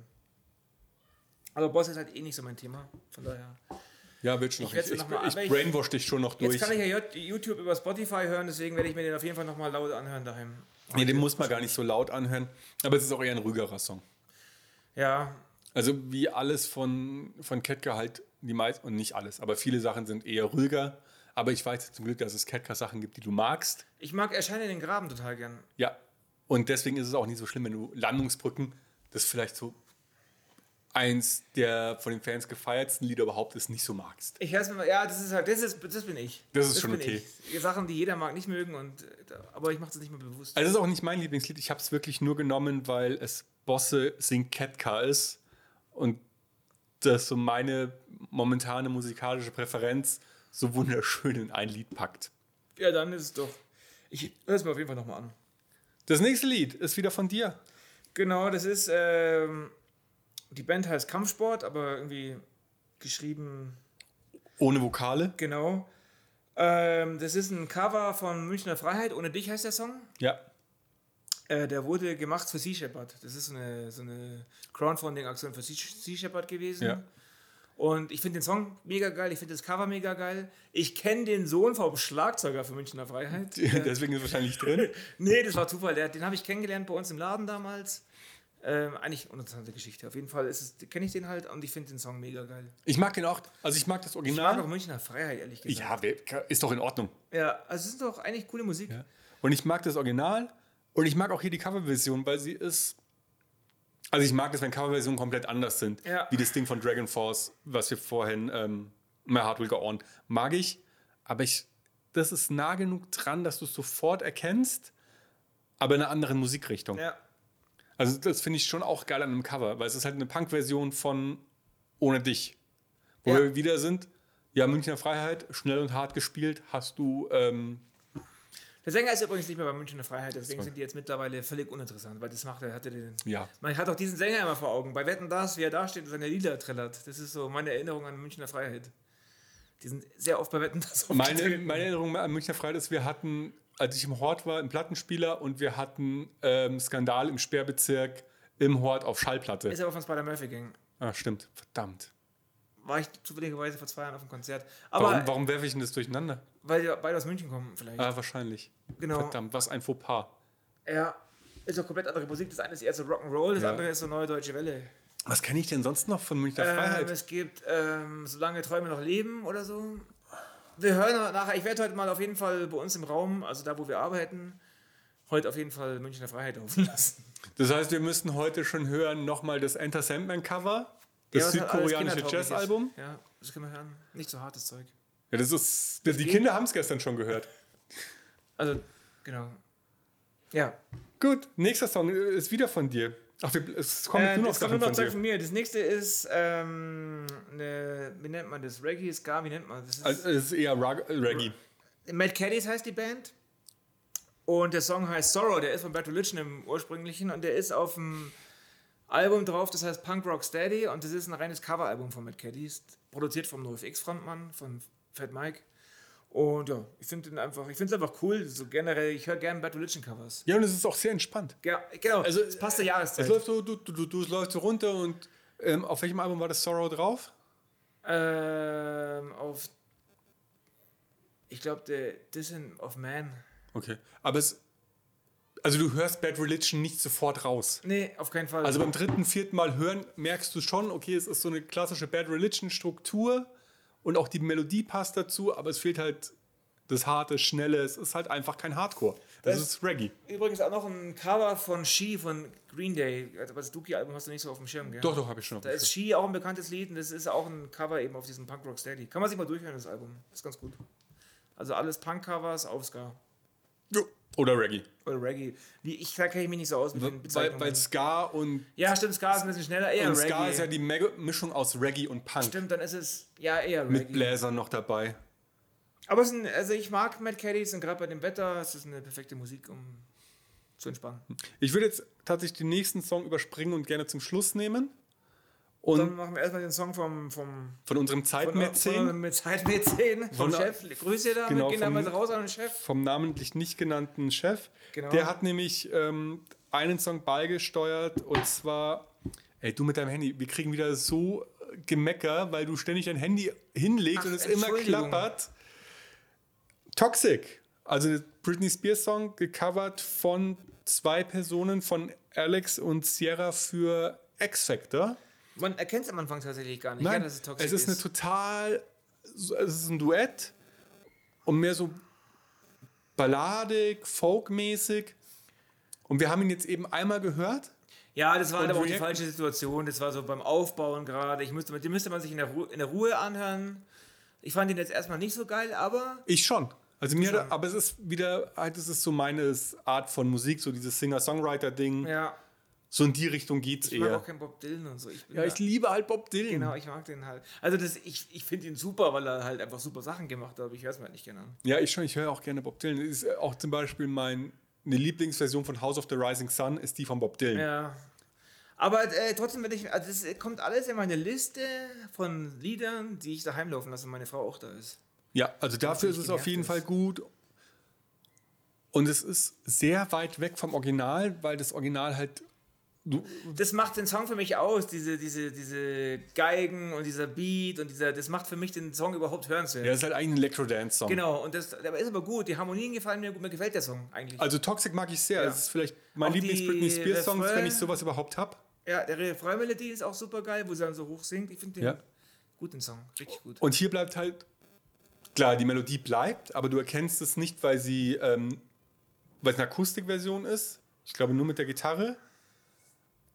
S2: Aber Boss ist halt eh nicht so mein Thema, von daher.
S1: Ja, wird schon
S2: Ich werd's noch mal an- weil ich-
S1: brainwash dich schon noch
S2: Jetzt kann ich ja J- YouTube über Spotify hören, deswegen werde ich mir den auf jeden Fall nochmal laut anhören daheim.
S1: nee, den muss man gar nicht so laut anhören. Aber es ist auch eher ein ruhigerer Song.
S2: Ja,
S1: Also wie alles von, von Ketka halt, die meisten, und nicht alles, aber viele Sachen sind eher ruhiger. Aber ich weiß zum Glück, dass es Ketka-Sachen gibt, die du magst.
S2: ich mag Erscheinen in den Graben total gern.
S1: Ja. Und deswegen ist es auch nicht so schlimm, wenn du Landungsbrücken, das vielleicht so eins der von den Fans gefeiertsten Lieder überhaupt ist, nicht so magst.
S2: Ich hör's mir mal, ja, das ist halt, das, ist, das bin ich.
S1: Das ist schon
S2: bin
S1: okay.
S2: Ich. Sachen, die jeder mag, nicht mögen, und, äh, da- aber ich mache es nicht mehr bewusst.
S1: Also es ist auch nicht mein Lieblingslied. Ich habe es wirklich nur genommen, weil es Bosse singt Ketka ist und das so meine momentane musikalische Präferenz so wunderschön in ein Lied packt.
S2: Ja, dann ist es doch. Ich höre es mir auf jeden Fall nochmal an.
S1: Das nächste Lied ist wieder von dir.
S2: Genau, das ist, ähm, die Band heißt Kampfsport, aber irgendwie geschrieben,
S1: Ohne Vokale.
S2: genau. Ähm, das ist ein Cover von Münchner Freiheit, ohne dich heißt der Song.
S1: Ja.
S2: Äh, der wurde gemacht für Sea Shepherd. Das ist so eine, so eine Crowdfunding-Aktion für Sea- Sea Shepherd gewesen.
S1: Ja.
S2: Und ich finde den Song mega geil, ich finde das Cover mega geil. Ich kenne den Sohn vom Schlagzeuger für Münchner Freiheit.
S1: Deswegen ist es wahrscheinlich drin.
S2: Nee, das war Zufall. Der, den habe ich kennengelernt bei uns im Laden damals. Ähm, eigentlich uninteressante Geschichte. Auf jeden Fall kenne ich den halt und ich finde den Song mega geil.
S1: Ich mag den auch. Also ich mag das
S2: Ich mag auch
S1: Original.
S2: Münchner Freiheit, ehrlich
S1: Ja,
S2: gesagt.
S1: wer- ist doch in Ordnung.
S2: Ja, also es ist doch eigentlich coole Musik.
S1: Ja. Und ich mag das Original und ich mag auch hier die Coverversion, weil sie ist. Also ich mag das, wenn Coverversionen komplett anders sind,
S2: Ja.
S1: wie das Ding von Dragon Force, was wir vorhin ähm, My Heart Will Go On mag ich, aber ich, das ist nah genug dran, dass du es sofort erkennst, aber in einer anderen Musikrichtung.
S2: Ja.
S1: Also das finde ich schon auch geil an einem Cover, weil es ist halt eine Punk-Version von Ohne dich, wo
S2: Ja.
S1: wir wieder sind. Ja, Münchner Freiheit, schnell und hart gespielt, hast du ähm,
S2: Der Sänger ist übrigens nicht mehr bei Münchner Freiheit, deswegen sind die jetzt mittlerweile völlig uninteressant, weil das macht er, hatte den.
S1: ja
S2: Man hat auch diesen Sänger immer vor Augen. Bei Wetten das, wie er da steht und seine Lieder trällert. Das ist so meine Erinnerung an Münchner Freiheit. Die sind sehr oft bei Wetten das
S1: Meine,
S2: aufgetreten.
S1: meine Erinnerung an Münchner Freiheit ist, wir hatten, als ich im Hort war, einen Plattenspieler und wir hatten ähm, Skandal im Sperrbezirk im Hort auf Schallplatte.
S2: Ist aber von Spider-Murphy-Gang.
S1: ah, stimmt. Verdammt.
S2: War ich zufälligerweise vor zwei Jahren auf dem Konzert. Aber
S1: Warum, warum werfe ich denn das durcheinander?
S2: weil die beide aus München kommen, vielleicht.
S1: Ah, wahrscheinlich.
S2: genau.
S1: Verdammt, was ein Fauxpas.
S2: Ja, ist doch komplett andere Musik. Das eine ist eher so Rock'n'Roll, das
S1: Ja.
S2: andere ist so Neue Deutsche Welle.
S1: Was kenne ich denn sonst noch von Münchner
S2: Ähm,
S1: Freiheit?
S2: es gibt ähm, Solange Träume noch leben oder so. Wir hören nachher, ich werde heute mal auf jeden Fall bei uns im Raum, also da, wo wir arbeiten, heute auf jeden Fall Münchner Freiheit laufen lassen.
S1: Das heißt, wir müssen heute schon hören nochmal das Enter Sandman Cover,
S2: Ja,
S1: das
S2: was halt alles
S1: südkoreanische
S2: kindertauglich ist.
S1: Jazzalbum.
S2: Ja, das können wir hören. Nicht so hartes Zeug.
S1: Ja, das ist. Die
S2: geht.
S1: Kinder haben es gestern schon gehört.
S2: Also, genau. Ja.
S1: Gut, nächster Song äh, ist wieder von dir. Ach, wir, es kommen
S2: Äh,
S1: nur noch
S2: das kommt
S1: Sachen
S2: nur noch
S1: von
S2: Zeug
S1: dir.
S2: von mir. Das nächste ist, ähm, eine, wie nennt man das? Reggae, Ska, wie nennt man das? das? Ist,
S1: äh, Also, es ist eher Rag- Reggae.
S2: Mad Caddies heißt die Band. Und der Song heißt Sorrow, der ist von Bad Religion im ursprünglichen und der ist auf dem Album drauf, das heißt Punk Rock Steady und das ist ein reines Coveralbum von Matt Caddy, ist produziert vom NoFX Frontmann, von Fat Mike. Und ja, ich finde den einfach, ich finde es einfach cool, so generell, ich höre gerne Bad Religion Covers.
S1: Ja, und es ist auch sehr entspannt.
S2: Ja, genau,
S1: Also,
S2: es passt der Jahreszeit.
S1: Es läuft so, du, du, du, du, es läuft so runter und ähm, auf welchem Album war das Sorrow drauf?
S2: ähm, auf, ich glaube, der Dissent of Man.
S1: Okay. Aber es. Also du hörst Bad Religion nicht sofort raus.
S2: Nee, auf keinen Fall.
S1: Also beim dritten, vierten Mal hören merkst du schon, okay, es ist so eine klassische Bad Religion Struktur und auch die Melodie passt dazu, aber es fehlt halt das harte, schnelle, es ist halt einfach kein Hardcore. Das,
S2: Das-
S1: ist Reggae.
S2: Übrigens auch noch ein Cover von She von Green Day. Also das Dookie-Album hast du nicht so auf dem Schirm, gell?
S1: Doch, doch, habe ich schon. auf
S2: Da
S1: dem
S2: ist She auch ein bekanntes Lied und das ist auch ein Cover eben auf diesem Punk Rock Steady. Kann man sich mal durchhören, das Album. Ist ganz gut. Also alles Punk-Covers auf Ska.
S1: Schirm. Jo. Oder Reggae.
S2: Oder Reggae. Wie, ich, da kenne ich mich nicht so aus mit den
S1: Weil,
S2: Bezeichnungen.
S1: weil Ska und,
S2: ja, stimmt, Ska ist ein bisschen schneller. Eher
S1: und
S2: ne? Reggae.
S1: Ska ist ja die Mega- Mischung aus Reggae und Punk.
S2: stimmt, dann ist es ja eher Reggae.
S1: Mit Bläsern noch dabei.
S2: Aber es ist ein, also ich mag Matt Caddies und gerade bei dem Wetter ist es eine perfekte Musik, um zu entspannen.
S1: Ich würde jetzt tatsächlich den nächsten Song überspringen und gerne zum Schluss nehmen.
S2: Dann
S1: Und
S2: machen wir erstmal den Song vom, vom
S1: von äh, unserem
S2: Von, von,
S1: Zeitmäzen,
S2: mit Zeitmäzen. Vom
S1: Von-
S2: Chef. Grüße damit,
S1: Genau,
S2: gehen
S1: vom-
S2: damit raus an den Chef.
S1: vom namentlich nicht genannten Chef,
S2: Genau.
S1: der hat nämlich ähm, einen Song beigesteuert und zwar, ey, du mit deinem Handy, wir kriegen wieder so äh, Gemecker, weil du ständig dein Handy hinlegst
S2: Ach,
S1: und es immer
S2: Entschuldigung.
S1: klappert. Toxic, also Britney Spears Song, gecovert von zwei Personen, von Alex und Sierra für X-Factor.
S2: Man erkennt es am Anfang tatsächlich gar nicht,
S1: Nein,
S2: ja, dass es toxisch
S1: es ist eine total, so- es ist ein Duett und mehr so balladig, folkmäßig. Und wir haben ihn jetzt eben einmal gehört.
S2: ja, das war halt
S1: Und
S2: aber auch die
S1: React-
S2: falsche Situation. Das war so beim Aufbauen gerade. Ich müsste, den müsste man sich in der, Ruhe, in der Ruhe anhören. Ich fand den jetzt erstmal nicht so geil, aber
S1: Ich schon. Also mir, hat er- aber es ist wieder, halt, es ist so meine Art von Musik, so dieses Singer-Songwriter-Ding.
S2: ja,
S1: So in die Richtung geht's
S2: ich mag
S1: eher.
S2: auch keinen Bob Dylan und so. Ich bin
S1: Ja,
S2: da-
S1: ich liebe halt Bob Dylan.
S2: genau, ich mag den halt. Also das, ich, ich finde ihn super, weil er halt einfach super Sachen gemacht hat, aber ich höre es mir halt nicht gerne an.
S1: Ja, ich schon. Ich höre auch gerne Bob Dylan. Ist äh, auch zum Beispiel mein, eine Lieblingsversion von House of the Rising Sun ist die von Bob Dylan.
S2: Ja. Aber äh, trotzdem, wenn ich, also das kommt alles in meine Liste von Liedern, die ich daheim laufen lasse, wenn meine Frau auch da ist.
S1: Ja, also dafür ist
S2: nicht
S1: es auf
S2: genervt
S1: jeden
S2: ist.
S1: Fall gut. Und es ist sehr weit weg vom Original, weil das Original halt. Du,
S2: Das macht den Song für mich aus, diese, diese, diese Geigen und dieser Beat und dieser, das macht für mich den Song überhaupt hörenswert.
S1: ja, das ist halt eigentlich ein Electro-Dance-Song.
S2: Genau, und das aber ist aber gut, die Harmonien gefallen mir gut, mir gefällt der Song eigentlich.
S1: Also Toxic mag ich sehr.
S2: Ja.
S1: Das ist vielleicht mein
S2: Auch die
S1: Lieblings-Britney Spears-Song, wenn
S2: Refrain.
S1: ich sowas überhaupt habe.
S2: ja, der Refrain-Melodie ist auch super geil, wo sie dann so hoch singt. Ich finde den
S1: Ja.
S2: gut, den Song, richtig gut.
S1: Und hier bleibt halt. Klar, die Melodie bleibt, aber du erkennst es nicht, weil sie. Ähm, weil es eine Akustikversion ist. Ich glaube nur mit der Gitarre.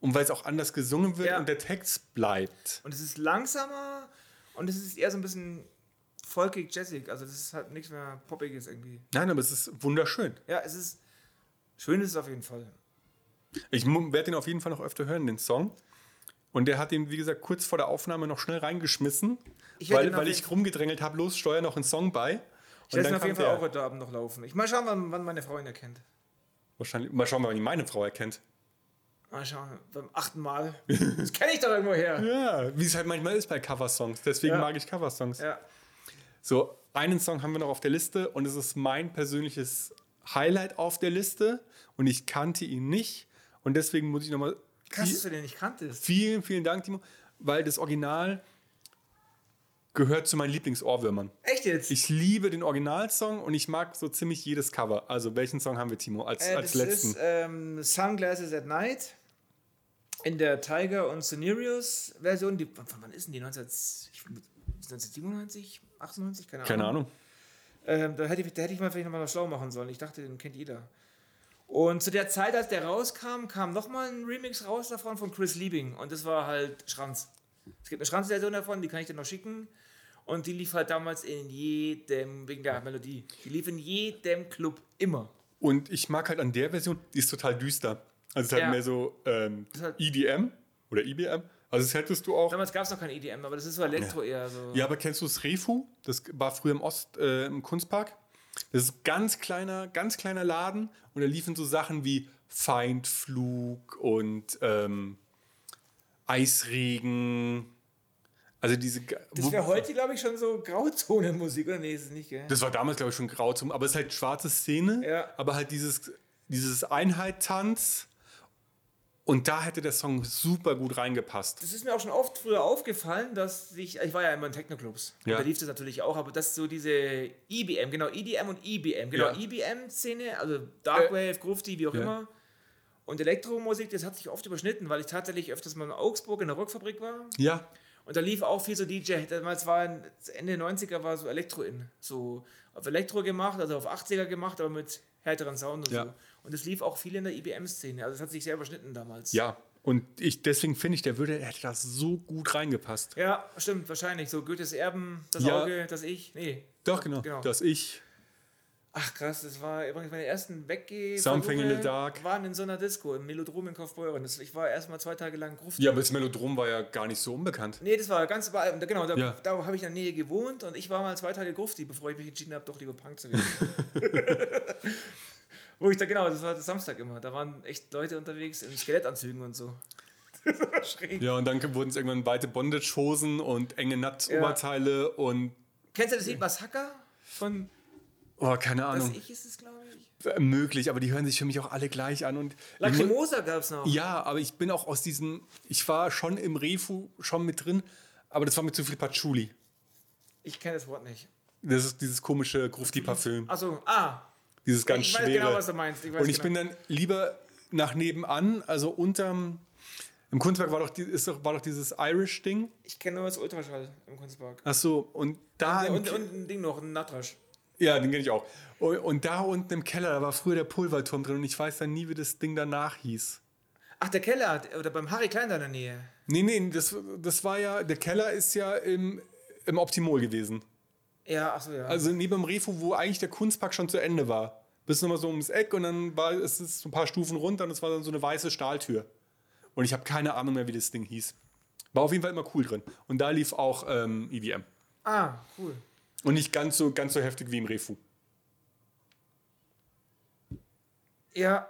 S1: Und weil es auch anders gesungen wird
S2: Ja.
S1: und der Text bleibt.
S2: Und es ist langsamer und es ist eher so ein bisschen folkig, jazzig, also das ist halt nichts mehr poppiges irgendwie.
S1: Nein, aber es ist wunderschön.
S2: Ja, es ist, schön ist es auf jeden Fall.
S1: Ich werde den auf jeden Fall noch öfter hören, den Song. Und der hat ihn, wie gesagt, kurz vor der Aufnahme noch schnell reingeschmissen,
S2: Ich werd ihn
S1: weil,
S2: auf
S1: weil
S2: jeden-
S1: ich rumgedrängelt habe, los, steuer noch einen Song bei.
S2: Ich werde es auf
S1: kam
S2: jeden Fall
S1: der.
S2: auch heute Abend noch laufen. Ich mal schauen, wann, wann meine Frau ihn erkennt.
S1: Wahrscheinlich, mal schauen, wann ihn meine Frau erkennt.
S2: Mal schauen, beim achten Mal. Das kenne ich doch irgendwo her.
S1: Ja, wie es halt manchmal ist bei Coversongs. Deswegen
S2: Ja.
S1: mag ich Coversongs.
S2: Ja.
S1: So, einen Song haben wir noch auf der Liste und es ist mein persönliches Highlight auf der Liste und ich kannte ihn nicht und deswegen muss ich nochmal
S2: Krass, dass du den nicht kanntest.
S1: vielen, vielen Dank, Timo, weil das Original gehört zu meinen Lieblingsohrwürmern.
S2: Echt jetzt?
S1: Ich liebe den Originalsong und ich mag so ziemlich jedes Cover. Also, welchen Song haben wir, Timo, als,
S2: äh,
S1: als
S2: das
S1: letzten?
S2: ist ähm, Sunglasses at Night in der Tiger und Scenarios Version. Die, von wann ist denn die? 19, ich- 1997? 98? Keine Ahnung.
S1: Keine Ahnung.
S2: Ähm, da, hätte ich, da hätte ich mal vielleicht nochmal schlau machen sollen. Ich dachte, den kennt jeder. Und zu der Zeit, als der rauskam, kam nochmal ein Remix raus davon von Chris Liebing. Und das war halt Schranz. Es gibt eine Schranzversion davon, die kann ich dir noch schicken. Und die lief halt damals in jedem, wegen der Melodie, die lief in jedem Club immer.
S1: Und ich mag halt an der Version, die ist total düster. Also, es ist halt
S2: Ja.
S1: mehr so ähm,
S2: ist halt-
S1: EDM oder IBM. Also, das hättest du auch.
S2: Damals gab es noch kein E EDM, aber das ist so Elektro eher so.
S1: Ja, aber kennst du das Refu? Das war früher im Ost, äh, im Kunstpark. Das ist ein ganz kleiner, ganz kleiner Laden und da liefen so Sachen wie Feindflug und ähm, Eisregen. Also diese.
S2: Das wäre heute, glaube ich, schon so Grauzone-Musik, oder? Nee, ist es nicht, gell?
S1: Das war damals, glaube ich, schon grau zum, aber es ist halt schwarze Szene,
S2: Ja.
S1: aber halt dieses, dieses Einheit-Tanz. Und da hätte der Song super gut reingepasst.
S2: Das ist mir auch schon oft früher aufgefallen, dass ich, ich war ja immer in Techno-Clubs,
S1: Ja.
S2: Und da lief das natürlich auch, aber dass so diese IBM, genau, EDM und IBM, genau,
S1: Ja. Äh.
S2: IBM-Szene, also Darkwave, Grufti, wie auch
S1: ja.
S2: immer, und Elektromusik, das hat sich oft überschnitten, weil ich tatsächlich öfters mal in Augsburg in der Rockfabrik war
S1: Ja,
S2: und da lief auch viel so DJ, damals war in- Ende 90er war so Elektro in, so auf Elektro gemacht, also auf 80er gemacht, aber mit härteren Sound und
S1: Ja.
S2: so. Und es lief auch viel in der IBM-Szene, also es hat sich sehr überschnitten damals.
S1: ja. Und ich, deswegen finde ich, der würde, er hätte das so gut reingepasst.
S2: Ja, stimmt, wahrscheinlich. So Goethes Erben, das
S1: Ja.
S2: Auge, das Ich. Nee.
S1: Doch, genau.
S2: Genau.
S1: Dass ich.
S2: Ach krass, das war übrigens meine ersten Weggeh.
S1: Something in the
S2: Versuche
S1: Dark.
S2: Waren in so einer Disco, im Melodrom in Kaufbeuren. Das, ich war erstmal zwei Tage lang Gruft.
S1: Ja, aber das Melodrom war ja gar nicht so unbekannt.
S2: Nee, das war ganz überall. Genau, da,
S1: Ja.
S2: da habe ich in der Nähe gewohnt und ich war mal zwei Tage Grufti, bevor ich mich entschieden habe, doch lieber Punk zu werden. Wo ich da, genau, das war das Samstag immer. Da waren echt Leute unterwegs in Skelettanzügen und so. das war schräg.
S1: Ja, und dann wurden es irgendwann weite Bondage-Hosen und enge Nutt-Oberteile und.
S2: Kennst du das Lied Massaker? Von
S1: Oh, keine
S2: Das
S1: Ahnung.
S2: Ich ist es, glaube ich.
S1: Möglich, aber die hören sich für mich auch alle gleich an. Und
S2: Lacrimosa gab es noch.
S1: Ja, aber ich bin auch aus diesem, ich war schon im Refu schon mit drin, aber das war mir zu viel Patchouli.
S2: Ich kenne das Wort nicht.
S1: Das ist dieses komische Grufti-Parfüm,
S2: Achso, ah.
S1: dieses ganz
S2: ich weiß
S1: schwere.
S2: genau, was du meinst. Ich weiß
S1: Und ich
S2: genau.
S1: bin dann lieber nach nebenan, also unterm, im Kunstwerk war doch, die- ist doch, war doch dieses Irish-Ding.
S2: ich kenne nur das Ultraschall im Kunstpark.
S1: Ach so, und da, im
S2: und,
S1: Ke-
S2: und ein Ding noch, ein Natrasch.
S1: ja, den kenne ich auch. Und, und da unten im Keller, da war früher der Pulverturm drin und ich weiß dann nie, wie das Ding danach hieß.
S2: Ach, der Keller, d- oder beim Harry Klein da in der Nähe.
S1: Nee, nee, das, das war ja, der Keller ist ja im, im Optimol gewesen.
S2: Ja, achso, ja.
S1: Also neben dem Refu, wo eigentlich der Kunstpark schon zu Ende war. Bist nochmal so ums Eck und dann war es ist so ein paar Stufen runter und es war dann so eine weiße Stahltür. Und ich habe keine Ahnung mehr, wie das Ding hieß. War auf jeden Fall immer cool drin. Und da lief auch ähm, EVM.
S2: ah, cool.
S1: Und nicht ganz so, ganz so heftig wie im Refu.
S2: Ja.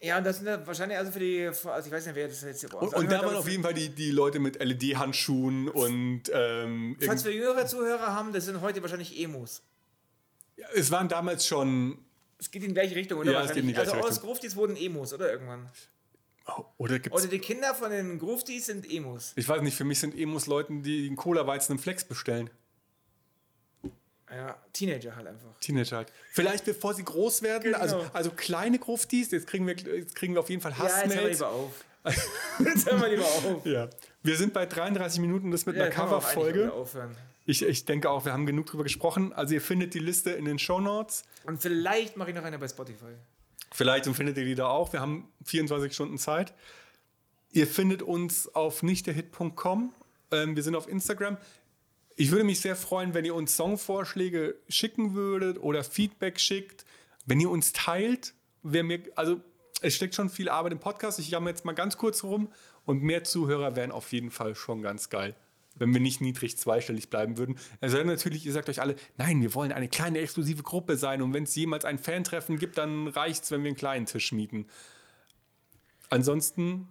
S2: Ja, und das sind dann wahrscheinlich also für die, also ich weiß nicht, wer das jetzt hier Also,
S1: Und, und Also da waren auf jeden Fall die, die Leute mit LED-Handschuhen und ähm, irgend-
S2: Falls wir jüngere Zuhörer haben, das sind heute wahrscheinlich Emos.
S1: es waren damals schon,
S2: Es geht in die gleiche Richtung, oder?
S1: Ja, es geht in die
S2: Wahrscheinlich.
S1: gleiche
S2: also aus Gruftis wurden Emos, oder irgendwann?
S1: oh, oder gibt's,
S2: Oder die Kinder von den Gruftis sind Emos.
S1: ich weiß nicht, für mich sind Emos Leuten, die einen Cola-Weizen im Flex bestellen.
S2: Ja, Teenager halt einfach.
S1: Teenager halt. Vielleicht bevor sie groß werden,
S2: Genau.
S1: also, also kleine Gruftis, jetzt kriegen wir, jetzt kriegen wir auf jeden Fall
S2: Ja, jetzt hör mal
S1: Hassmails.
S2: lieber auf. jetzt hör mal lieber auf.
S1: Ja, wir sind bei 33 Minuten, das mit
S2: Ja,
S1: einer
S2: kann man auch eigentlich wieder
S1: Coverfolge.
S2: aufhören.
S1: Ich, ich denke auch, wir haben genug drüber gesprochen. Also ihr findet die Liste in den Shownotes.
S2: Und vielleicht mache ich noch eine bei Spotify.
S1: Vielleicht findet ihr die da auch. Wir haben 24 Stunden Zeit. Ihr findet uns auf nichtderhit.com. Ähm, wir sind auf Instagram. Ich würde mich sehr freuen, wenn ihr uns Songvorschläge schicken würdet oder Feedback schickt. Wenn ihr uns teilt, wer mir, also es steckt schon viel Arbeit im Podcast. Ich jammer jetzt mal ganz kurz rum und mehr Zuhörer wären auf jeden Fall schon ganz geil, wenn wir nicht niedrig zweistellig bleiben würden. Also natürlich, ihr sagt euch alle, nein, wir wollen eine kleine exklusive Gruppe sein und wenn es jemals ein Fantreffen gibt, dann reicht's, wenn wir einen kleinen Tisch mieten. Ansonsten,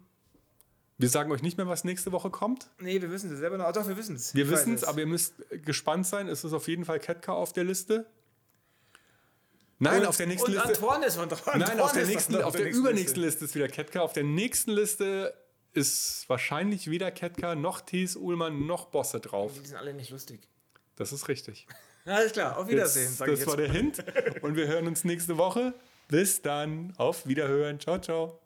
S1: wir sagen euch nicht mehr, was nächste Woche kommt.
S2: Nee, wir wissen es selber noch. Ah, Doch, wir wissen es.
S1: Wir wissen es, aber ihr müsst gespannt sein. Es ist auf jeden Fall Ketka auf der Liste. Nein, auf der nächsten
S2: und
S1: Liste.
S2: Antoine ist von dran.
S1: nein, auf der nächsten, auf der übernächsten
S2: Liste.
S1: Liste ist wieder Ketka. Auf der nächsten Liste ist wahrscheinlich weder Ketka noch Thies Uhlmann noch Bosse drauf.
S2: Die sind alle nicht lustig.
S1: Das ist richtig.
S2: Alles klar, auf Wiedersehen,
S1: Jetzt-
S2: sage ich
S1: das
S2: jetzt.
S1: war der Hint. Und wir hören uns nächste Woche. Bis dann. Auf Wiederhören. Ciao, ciao.